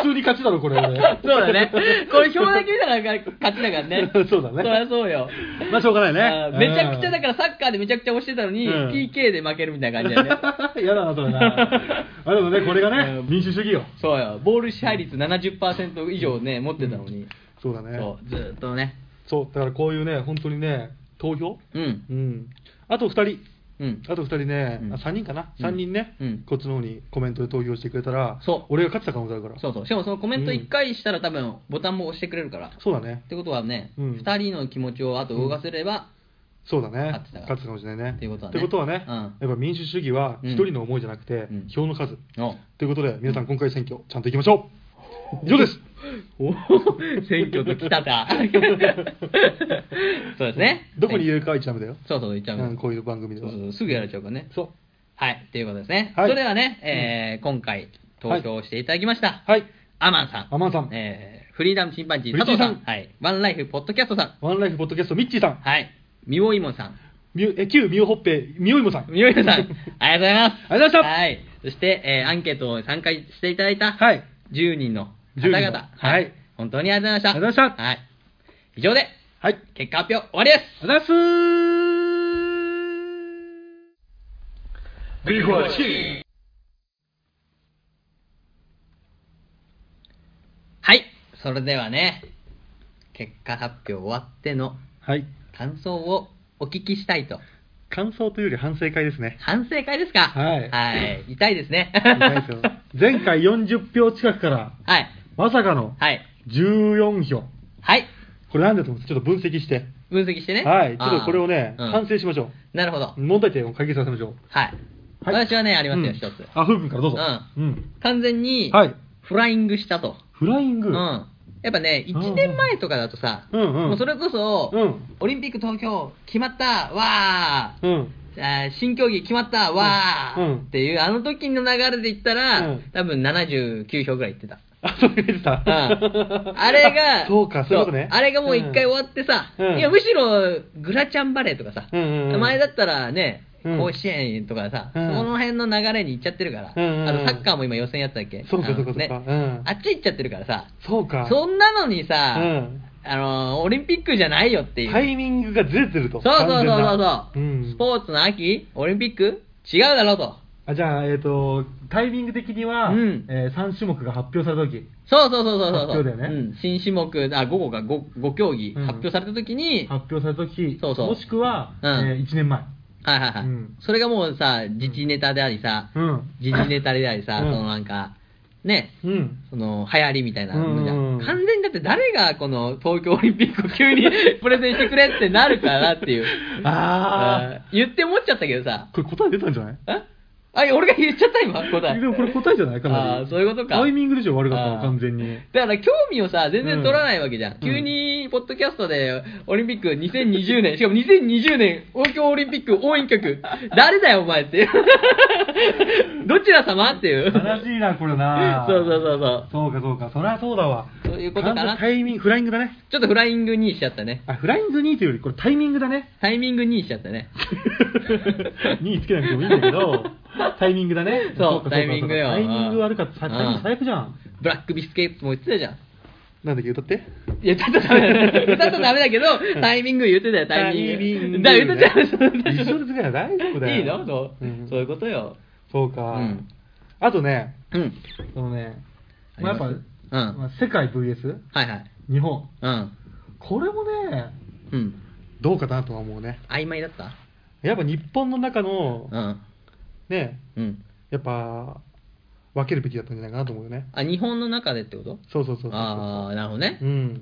B: 通に勝ちだろ、これ俺。
C: そうだね。これ表だけ見たら勝ちだからね。
B: そうだね
C: そりゃそうよ。
B: まあしょうがない
C: あ
B: ね
C: ー。めちゃくちゃだ
B: か
C: からサッカーでめちゃくちゃ押してたのに、
B: うん
C: PK で負けるみたいな感じだよ ね。
B: ら。嫌だな、それ な。あ、でもね、これがね
C: うん、
B: 民主主義よ。
C: そうよ。ボール支配率70%以上ね、持ってたのに。
B: そうだね。
C: そう、ずーっとね。
B: そう、だからこういうね、本当にね、投票
C: うん。
B: うん。あと2人。
C: うん。
B: あと2人ね、
C: うん
B: あ3人かな、
C: うん
B: 3人ね、
C: うん
B: こっちの方にコメントで投票してくれたら、
C: そう
B: 俺が勝ってた可能性あるから、
C: そうそう。しかもそのコメント
B: うん
C: 1回したら多分ボタンも押してくれるから。
B: そうだね
C: っ、てことはね、
B: うん
C: 2人の気持ちをあと動かせれば、
B: そうだね
C: 勝って、たから
B: 勝ってたかもしれないね。
C: っていうことはね
B: ってことはね
C: うん
B: やっぱ民主主義は
C: うん
B: 1人の思いじゃなくて、
C: うん
B: 票の数。
C: お
B: ということで、皆さん、今回選挙、ちゃんといきましょう。以上です。
C: お選挙と来た か。 そうですね。
B: どこに入れるかは一ダメだよ、
C: そうそう、言っちゃう,、
B: うんこういう番組では。
C: そうそうすぐやられちゃうからね。
B: そう
C: はい、ということですね。
B: はい
C: それではね、えー今回投票していただきました、
B: はい、
C: アマンさん、
B: アマンさん、
C: えーフリーダムチンパンジー
B: フリ
C: 佐
B: チン
C: 藤
B: さ
C: さ
B: ん
C: ん、はい、ワンライフポッドキャストさん、
B: ワンライフポッドキャスト、ミッチーさん、
C: はい、ミオイモンさ ん、
B: みゆえ旧ミオホッペ、ミオイモさん、
C: ミオイモさん、ありがとうございます。
B: ありがとうございました
C: はい、そして、えーアンケートを参加していただいた
B: はい、
C: 10人の方
B: 10
C: 々、
B: 人のはい、
C: 本当にありがとうございました。
B: ありがとうございました
C: はい、以上で
B: はい、
C: 結果発表終わりです。
B: ありがとうございます。
D: ビーフォーチ
C: はい、それではね、結果発表終わっての
B: はい、
C: 感想をお聞きしたいと。
B: 感想というより反省会ですね。
C: 反省会ですか
B: はい
C: い痛いですね。
B: 痛いですよ前回40票近くから、
C: はい。
B: まさかの
C: はい。
B: 14票。
C: はい。
B: これなんだと思って、ちょっと分析して。
C: 分析してね。
B: はい。ちょっとこれをね、
C: あーうん
B: 反省しましょ
C: なるほど
B: う。。問題点を解決させましょう。
C: はい。
B: はい
C: 私はね、あ
B: あ
C: りますよ、一、つ。
B: あ、ふうくんからどうぞ。
C: う
B: うん。
C: 完全に、
B: はい。
C: フライングしたと。
B: フライング。
C: うん。やっぱね、1年前とかだとさ、
B: うんうん
C: もうそれこそ、
B: うん
C: オリンピック東京決まったわー、
B: うん。
C: あー新競技決まったわー、
B: うんうん
C: っていう、あの時の流れで言ったら、
B: うん
C: 多分79票ぐらいいって た。
B: あ、そう言ってた。
C: うんあれが、
B: そうか、そういうことね。
C: そうあれがもう一回終わってさ、
B: うん
C: いや、むしろグラチャンバレーとかさ、
B: うんうんうん
C: 前だったらね、
B: うん
C: 甲子園とかさ、
B: うん
C: その辺の流れに行っちゃってるから、
B: うんうんうん
C: あとサッカーも今予選やったっけ
B: そうか
C: あの
B: そうかそうかうん
C: あっち行っちゃってるからさ、
B: そうか。
C: そんなのにさ、
B: うん
C: あのーオリンピックじゃないよっていう。
B: タイミングがずれてると。
C: そうそうそうそう
B: 完
C: そう、
B: 全なうん
C: スポーツの秋オリンピック違うだろうと。
B: あじゃあ、えっ、と、タイミング的には、
C: うん
B: え3種目が発表されたとき、
C: そうそうそうそうそう。
B: 発表だよね
C: うん、新種目、あ、午後が 5, 5競技
B: うん
C: 発表された時に、
B: 発表されたとき、
C: そうそう
B: もしくは、
C: うん
B: え1年前。
C: はいはいはい、
B: うん
C: それがもうさ自治ネタでありさ、
B: うん。
C: 時事ネタでありさ、
B: う
C: そ
B: ん
C: のなんかね
B: うん。
C: その流行りみたいなのじゃん、
B: うんうん
C: 完全にだって誰がこの東京オリンピックを急にプレゼンしてくれってなるかなっていう
B: あ
C: うん言って思っちゃったけどさ
B: ー。これ答え出たんじゃない
C: えあ、俺が言っちゃった今、答え。
B: でもこれ答えじゃないかなり
C: あーそういうことか
B: タイミングでしょ悪かったの
C: あー
B: 完全に
C: だから興味をさ、全然取らないわけじゃん。
B: ん
C: 急に、ポッドキャストで、オリンピック2020年、しかも2020年、東京オリンピック応援曲、誰だよお前って いう。どちら様っていう。
B: 悲しいなこれな
C: そうそうそうそう。
B: そうかそうかそりゃそうだわ
C: そういうことか
B: 完全
C: な。
B: タ
C: ち
B: イミングフライングだね
C: ょっとフライングにしちゃったね。
B: あフライング2というよりこれタイミングだね
C: タイミングにしちゃった ね。
B: 2つけなくてもいいんだけどタイミングだね
C: そう
B: かか
C: タイミングよ
B: そうかタイミング悪かったさ
C: うん
B: タイミング最悪じゃん
C: ブラックビスケッツも言ってたじゃん。
B: なんだっけ歌って
C: いや、ちょっとダメだよ。歌ったらダメだけど、タイミング言ってたよ、タイミング。だから言ってたよ。
B: 一緒ですから大丈夫だよ
C: いいのそう、
B: うん
C: そういうことよ。
B: そうか、
C: うん
B: あとね
C: うん。
B: そのね、
C: あり
B: まあ、
C: ま
B: やっ
C: す
B: ぱ、
C: うん
B: まあ世界 VS
C: はいはい。
B: 日本
C: うん。
B: これもね
C: うん。
B: どうかなとは思うね
C: 曖昧だった
B: やっぱ日本の中の
C: うん。
B: ね
C: うん。
B: やっぱ分けるべきだったんじゃないかなと思うよね
C: あ、日本の中でってこと
B: そうそうそうそう
C: ああ、なるほどね
B: う。ん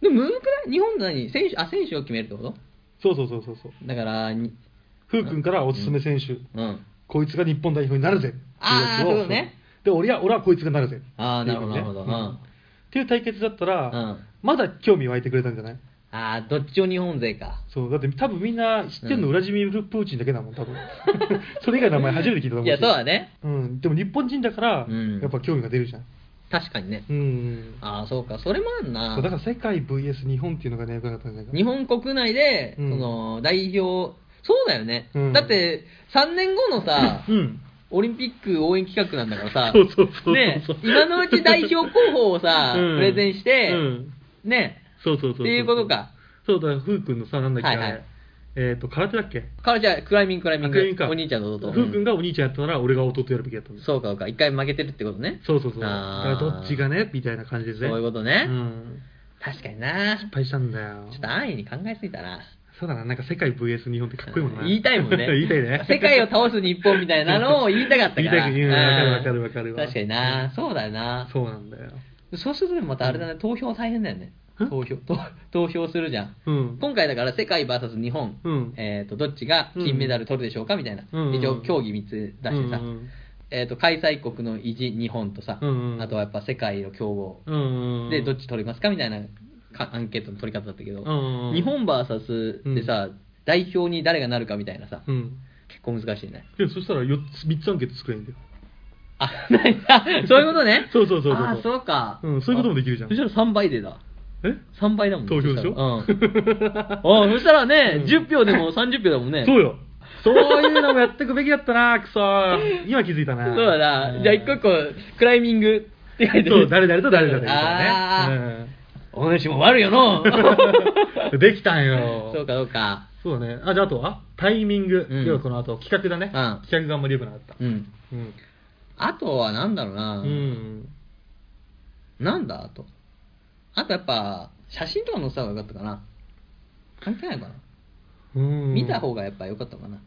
C: でも、むずくない日本の何選手、あ、選手を決めるってこと
B: そうそうそうそうそう
C: だから、に
B: ふうくんからおすすめ選手、
C: うん。
B: こいつが日本代表になるぜっていうやつ
C: あー
B: を
C: そういうことね
B: で俺は俺はこいつがなるぜ
C: あー
B: っていうことね
C: なるほどなるほどうん
B: っていう対決だったら、
C: うん
B: まだ興味湧いてくれたんじゃない
C: ああ、どっちを日本勢か。
B: そうだって多分みんな知ってるの、
C: うん
B: ウラジミール・プーチンだけだもん多分 それ以外の名前初めて聞いたと思う
C: い
B: し
C: や、そうだね。
B: うん、でも日本人だから、
C: うん
B: やっぱ興味が出るじゃん
C: 確かにね。
B: うん
C: ああ、そうか。それもあんな。
B: そうだから世界 VS 日本っていうのがねよかったんじゃないかな
C: 日本国内で、
B: うん
C: その代表、そうだよね、
B: うん
C: だって3年後の さ、
B: うん
C: オリンピック応援企画なんだからさ、
B: そうそうそうそう
C: ね、今のうち代表候補をさ、
B: うん
C: プレゼンして、
B: うん
C: ね、
B: そうそうそうそう
C: っていうことか
B: そうだふうくんのさなんだっけ、
C: はいはい
B: あれえっ、と空手だっけ
C: 彼女はクライミング、クライミン
B: あクライミン
C: グ
B: グ、か
C: お兄ちゃんの弟、
B: ふうくんがお兄ちゃんやったなら俺が弟やるべきだったん
C: うん
B: だ
C: そうか、そうか、一回負けてるってことね、
B: そうそうそうだ
C: あ
B: から
C: ー
B: どっちがねみたいな感じですね
C: そういうこと
B: と
C: ね、
B: うん
C: 確かにな、
B: 失敗したんだよ
C: ちょっと安易に考えすぎたな。
B: そうだななんか世界 VS 日本ってかっこいいもんな
C: 言いたいもんね
B: 言いたいね
C: 世界を倒す日本みたいな のを言いたかったから
B: 言いたいうんわかるわかるわかるわ
C: 確かになそうだよな
B: そうなんだよ
C: そうするとねまたあれだね、投票大変だよね
B: ん
C: 投票投投票するじゃん、
B: うん
C: 今回だから世界 VS 日本、
B: うん
C: えー、とどっちが金メダル取るでしょうかみたいな、
B: うん
C: 一応競技3つ出してさ、
B: うんうん
C: えー、と開催国の維持日本とさ、
B: うんうん
C: あとはやっぱ世界の競合、
B: うん
C: でどっち取りますかみたいなかアンケートの取り方だったけど、
B: うんうん
C: 日本 VS でさ、代表に誰がなるかみたいなさ、
B: うん
C: 結構難しいね
B: でもそしたら4つ3つアンケート作れんだよ
C: あ、ないあそういうことね。
B: そうそうそうそう
C: あー、そうか。
B: うんそういうこともできるじゃん
C: あそしたら3倍でだ。
B: え
C: 3倍だもん
B: 投票でしょ
C: そしたら うん。あそしたらね、
B: うん
C: 10票でも30票だもんね。
B: そうよそういうのもやってくべきだったなくそー今気づいた
C: そ
B: な
C: うだな。じゃあ一個一
B: 個
C: 個、クライミングって書いて
B: そう誰々と誰々みたい
C: あ
B: な
C: ー
B: ね
C: お主も悪いよの
B: うんできたんよ
C: そうか、そうか。
B: そうだねあじゃああとはタイミング、
C: うん
B: 要はこの後企画だね、
C: うん
B: 企画があんまり良くなかった
C: うん。
B: うん、
C: あとはなんだろう
B: う
C: な。
B: ん、
C: なんだあと。あとやっぱ、写真とか載せた方が良かったかな。関係ないかな。
B: うん
C: 見た方がやっぱ良かったかな。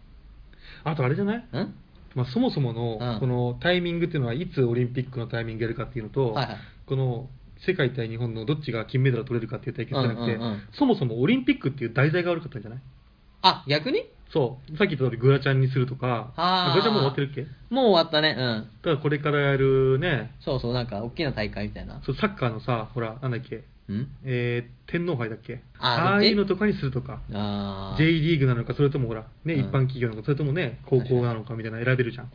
B: あとあれじゃない、
C: うん
B: まあ、そもそもの、
C: うん
B: このタイミングっていうのはいつオリンピックのタイミングやるかっていうのと、
C: はいはい
B: この世界対日本のどっちが金メダルを取れるかっていう対決じゃなくて、
C: うんうんうん
B: そもそもオリンピックっていう題材が悪かったんじゃない
C: あ、逆に
B: そうさっき言った通りグラちゃんにするとか
C: あー
B: グラちゃんもう終わってるっけだ
C: もう終わったね。うん。
B: からこれからやるね
C: そうそう、なんか、大きな大会みたいな。
B: そうサッカーのさほらなんだっけ、
C: うん
B: えー天皇杯だっけ
C: あー
B: ああいうのとかにするとか
C: あー
B: J リーグなのかそれともほらね、
C: うん
B: 一般企業なのかそれともね高校なのかみたいなの選べるじゃん、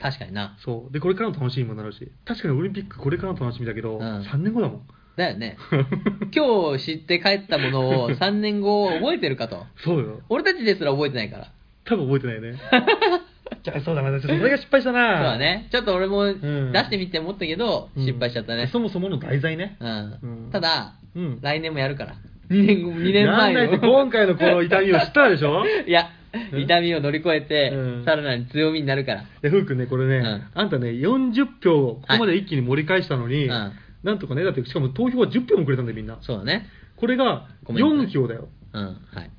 C: 確かにな。
B: そうでこれからの楽しみもなるし確かにオリンピックこれからの楽しみだけ
C: う
B: ど、
C: ん
B: 3年後だも ん
C: だよね。 今日知って帰ったものを3年後覚えてるかと。
B: そうよ
C: 俺たちですら覚えてないから。
B: 多分覚えて ないよねじゃあそうだなそれが失敗した
C: そ
B: な
C: うだね。ちょっと俺も出
B: ん
C: してみて思ったけど、
B: うん
C: 失敗しちゃったね。
B: そもそもの題材ね
C: うん。
B: うん
C: ただ、
B: うん
C: 来年もやるから。2年後、2年 前
B: なんだ
C: の。
B: って今 回のこの痛みを知ったでしょ
C: いや、痛みを乗り越えて
B: うん、
C: さらなる強みになるから。
B: でふうくんねこれね、
C: うん
B: あんたね40票をここまで一気に盛り返したのに、
C: はいうん
B: なんとかねだってしかも投票は10票もくれたんだよみんな
C: そうだね。
B: これが
C: ごめんな
B: 4
C: さい
B: 票だよ
C: うん。はい。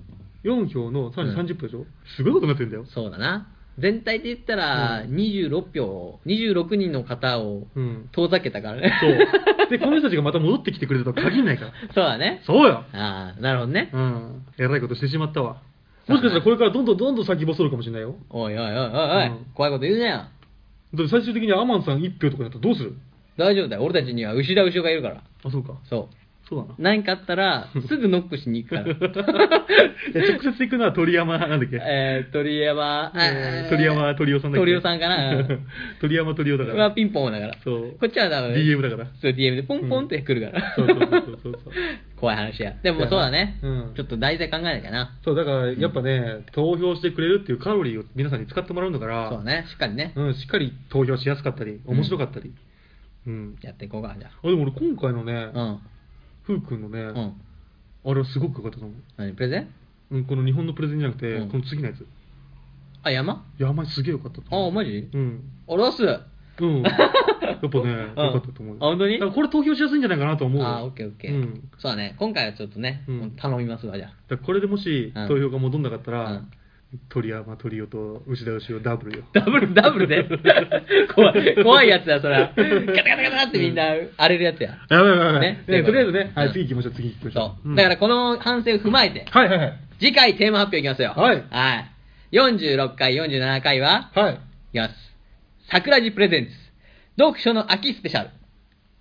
B: 4票のさらに
C: うん
B: 30票でしょ、すごいことになってんだよ
C: そうだな。全体で言ったら、
B: う
C: 26票、26人の方を
B: うん
C: 遠ざけたからね。
B: そう。で、この人たちがまた戻ってきてくれたとは限んないから。
C: そうだね。
B: そうよ。
C: ああ、なるほどね。
B: うん。えらいことしてしまったわ。もしかしたらこれからどんどんどんどん先細るかもしれないよ。
C: おいおいおいおい、お
B: う
C: い
B: ん
C: 怖いこと言うなよ。
B: だって最終的にアマンさん1票とかになったらどうする
C: 大丈夫だよ。俺たちには牛田牛尾がいるから。
B: あ、そうか。
C: そ
B: そうだな
C: う。。何かあったら、すぐノックしに行くから。
B: いや直接行くのは鳥山、なんだっけ、
C: えー、鳥山、
B: えー鳥山、鳥尾さんだっけ
C: 鳥尾さんかな。
B: 鳥山、鳥尾だか
C: これは
B: ら。
C: ピンポンだから。
B: そう
C: こっちはだ
B: DM だから。
C: そう、DM でポンポンって来るから。
B: そうそうそうそうそう。
C: 怖い話や。でもそうだね。
B: うん
C: ちょっと題材考えなきゃな。
B: そう、だからやっぱね、投票してくれるっていうカロリーを皆さんに使ってもらうんだから、
C: そうだね。しっかりね。
B: うん、しっかり投票しやすかったり、面白かったり。うん。
C: やっていこうか、じゃ
B: あ、でも俺今回のね、
C: あ。
B: ふうくんのね、
C: うん。うん。
B: あれはすごく良かったと思う。
C: 何、プレゼン
B: うん、この日本のプレゼンじゃなくて、
C: うん
B: この次のやつ。い
C: あ、山
B: や、あんまりすげえ良かったと思
C: あ、
B: う。
C: マジ
B: うん。
C: おろす。
B: うん。やっぱね、良かったと思う。
C: あ本当に
B: だからこれ投票しやすいんじゃないかなと思う。
C: あ、オッケーオッケ
B: う
C: ー
B: ん。。
C: そうだね。今回はちょっとね
B: う、ん
C: 頼みますわ、じゃあ。
B: だからこれでもし
C: うん
B: 投票が戻んなかったら、
C: うん
B: 鳥山鳥男と牛田牛をダブルよ。
C: ダブル、ダブル で。怖い、怖いやつだ、それは。ガタガタガタってみんな荒れるやつ や。
B: やばいやばいやば
C: ね
B: い。ね
C: ということ
B: と
C: で
B: りあえずね、は
C: うん
B: い、次行きましょう、次行きましょ。
C: そうう。だから
B: か
C: この反省を踏まえて、
B: ら、はいはいはい。
C: 次回テーマ発表いきますよ。
B: はい
C: はい。46回、47回は、
B: はい。
C: いきます。桜地プレゼンツ、読書の秋スペシャル。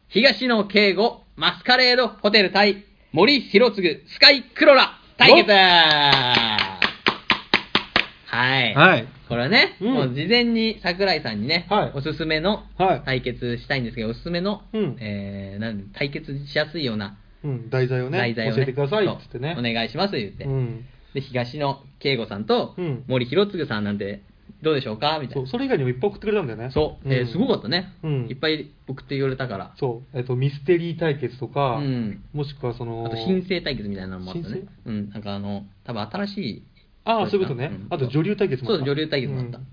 C: 東野敬吾、マスカレードホテル対、森博次、スカイクロラ、対決
B: お
C: はい。
B: はい。
C: これはね、
B: うん
C: もう事前に桜井さんにね、
B: はい
C: おすすめの
B: はい
C: 対決したいんですけど、おすすめの、
B: うん
C: えーなん対決しやすいような
B: うん、題材をね、
C: 題材をね、
B: 教えてくださいっ
C: そう
B: つってね。
C: お願いします言って、
B: うん。
C: で東野圭吾さんと
B: うん
C: 森博次さんなんてどうでしょうかみたいな
B: そう、それ以外にもいっぱい送ってくれたんだよね。
C: そう、えーすごかったね、
B: うん
C: いっぱい送って言われたから、
B: そう、えっと、ミステリー対決とか、
C: うん
B: もしくはその、
C: あと新生対決みたいなのもあったね
B: 新、
C: うん、なんかあの、多分新しい、
B: ああ、そういうことね。
C: うん
B: あと女流対決もあった。
C: そう女流対決もあった
B: うん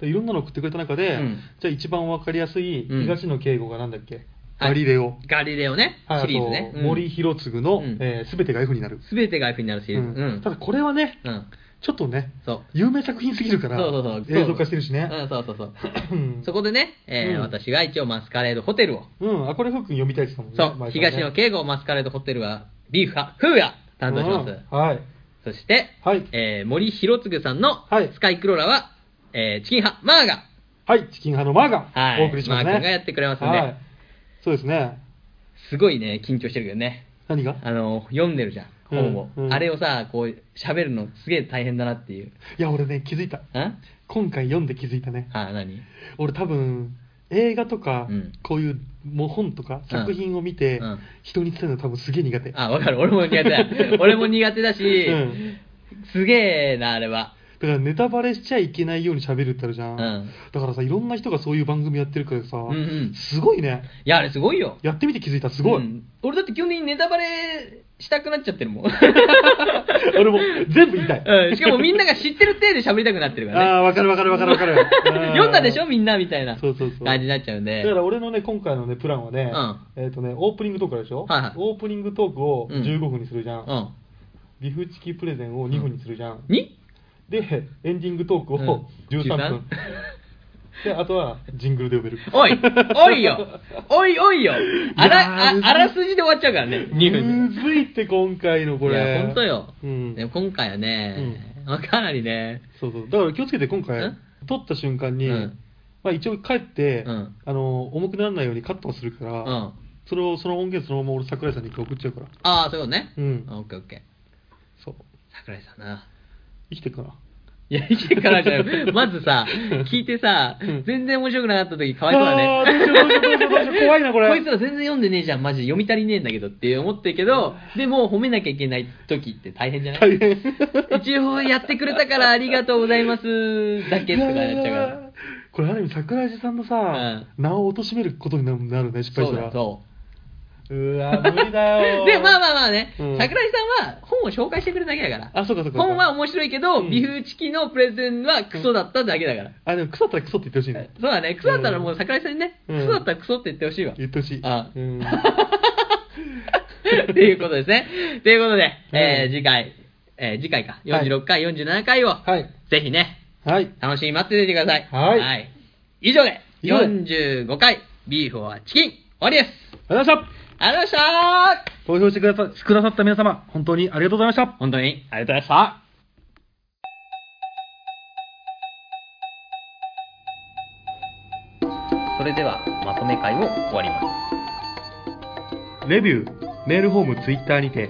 B: でいろんなの送ってくれた中で、
C: うん
B: じゃあ一番わかりやすい
C: うん
B: 東野敬吾がなんだっけ、
C: はい
B: ガリレオ。
C: ガリレオね、
B: はい
C: シリーズね
B: あ、と森博次の、
C: うん
B: えー、全てが F になる。
C: すべてが F になるシリーズ、うん、
B: ただこれはね、
C: うん、
B: ちょっとね、
C: そう。
B: 有名作品すぎるから、
C: そうそうそう
B: 映像化してるしね。
C: うん、そうそうそう。
B: うん
C: そこでね、えー
B: うん
C: 私が一応マスカレードホテルを、
B: うん、あ、これふうくん読みたいですもんね。
C: そう、
B: 前から
C: 東
B: ね
C: 野敬吾マスカレードホテルは、ビーフ派、フーが担当します。
B: うんはい。
C: そして、
B: はい
C: えー森博次さんの
B: はい
C: スカイクローラは、えーチキン派、マーが、
B: はい、チキン派のマー
C: は
B: ガ
C: い
B: ン、お送りしますね。
C: マー君がやってくれますんで
B: はいそうですね。
C: すごいね、緊張してるけどね。
B: 何が
C: あの、読んでるじゃん、本を。
B: うんうん
C: あれをさ、こう、喋るのすげえ大変だなっていう。
B: いや、俺ね、気づいた。
C: んあ
B: 今回読んで気づいたね。
C: ー、何
B: 俺多分映画とか、
C: うん
B: こういうもう本と
C: う
B: か
C: ん
B: 作品を見て、
C: うん
B: 人に伝えるの多分すげえ苦手だ
C: あ、わかる。俺も苦手だ。俺も苦手だし、
B: うん
C: すげえな、あれは。
B: からネタバレしちゃいけないように喋るってあるじゃん、
C: うん
B: だからさいろんな人がそういう番組やってるからさ、
C: うんうん
B: すごいね
C: いや、あれすごいよ。
B: やってみて気づいたすごい、
C: うん俺だって基本的にネタバレしたくなっちゃってるもん。
B: 俺も全部言いたい、
C: うんしかもみんなが知ってる体で喋りたくなってるから ね。
B: ああーわかるわかるわかるわかる
C: 読んだでしょ
B: み
C: みんなみたいな
B: そ
C: 感
B: う
C: じ
B: そうそう
C: になっちゃうん
B: だ
C: で
B: か。ら俺のね今回のねプランはね、
C: う
B: えっ、とねオープニングトークあるでしょ、
C: はいはい
B: オープニングトークを15分にするじゃん、
C: うん。
B: ビフチキプレゼンを2分にするじゃん、
C: に
B: で、エンディングトーク
C: うん
B: を13分。で、あとはジングルで呼べる。
C: おいおいよおいおいよあら、あ
B: いやー
C: あらすじで終わっちゃうからね、2分
B: むずいって今回の
C: い
B: これ。
C: や、ほんとよ。
B: うん。
C: でも今回はね、かなりね、
B: そうそう。だから気をつけて今回
C: ん、
B: 撮った瞬間に、
C: うん
B: まあ一応帰って、
C: うん
B: あの、重くならないようにカットをするから、
C: うん
B: それを、その音源そのまま俺桜井さんに送っちゃうから。
C: ああ、そういうことね。
B: うん
C: あオッケーオッケー。
B: そう。
C: 桜井さんな。
B: 生きてるかな。
C: いや、生きてからじゃない。まずさ、聞いてさ
B: うん、
C: 全然面白くなかった時かわいそうだね。
B: あーどうしようどうしようどうしようどうしよう怖いなこれ。
C: こいつら全然読んでねえじゃん、マジで読み足りねえんだけどって思ってるけど、でも褒めなきゃいけない時って大変じゃない
B: 大変。
C: 一応やってくれたからありがとうございますだけとかやっちゃうから。
B: これある意味桜井さんのさ、
C: う
B: 名を貶としめることになるね失敗
C: そ
B: し
C: う
B: たら
C: だ、そう
B: わ無理だよ
C: う。 で、まあまあまあね、
B: うん
C: 桜井さんは本を紹介してくれるだけだから。
B: あそうかそうかそうか
C: 本は面白いけど、
B: うん
C: ビフチキのプレゼンはクソだっただけだから。
B: あでもクソだったらクソって言ってほしいね
C: そうだね、クソだったらもう桜井さんにね、
B: うん
C: クソだったらクソって言ってほしいわ。
B: 言ってほしい
C: あ
B: う ん
C: っていうことですね。ということで、えー
B: うん
C: 次回、えー次回か、46回、47回を、
B: はい
C: ぜひね、
B: はい
C: 楽しみに待ってていてください。
B: はい
C: 以上で、
B: 以上で
C: 45回、ビーフォアチキン、終わりです。
B: ありがとうございました
C: ありがとうございました
B: 投票してくださくださった皆様本当にありがとうございました
C: 本当にありがとうございました。れではまとめ会を終わります
B: レビュー、メールフォーム、ツイッターにて、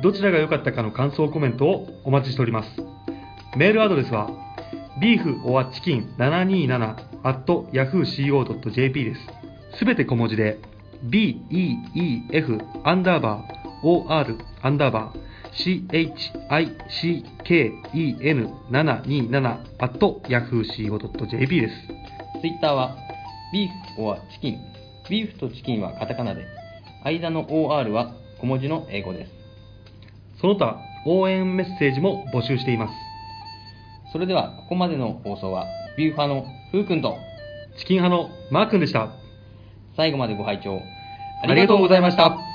B: どちらが良かったかの感想コメントをお待ちしております。メールアドレスは、beeforchicken727-yahooco.jp です。すべて小文字で、beef アンダーバー or アンダーバー chicken727-yahooco.jp です。
C: ツイッターは、ビーフ or チキン。ビーフとチキンはカタカナで、間の OR は小文字の英語です。
B: その他、応援メッセージも募集しています。
C: それでは、ここまでの放送は、ビューファーのふうくんと、
B: チキン派のマー君でした。
C: 最後までご拝聴
B: ありがとうございました。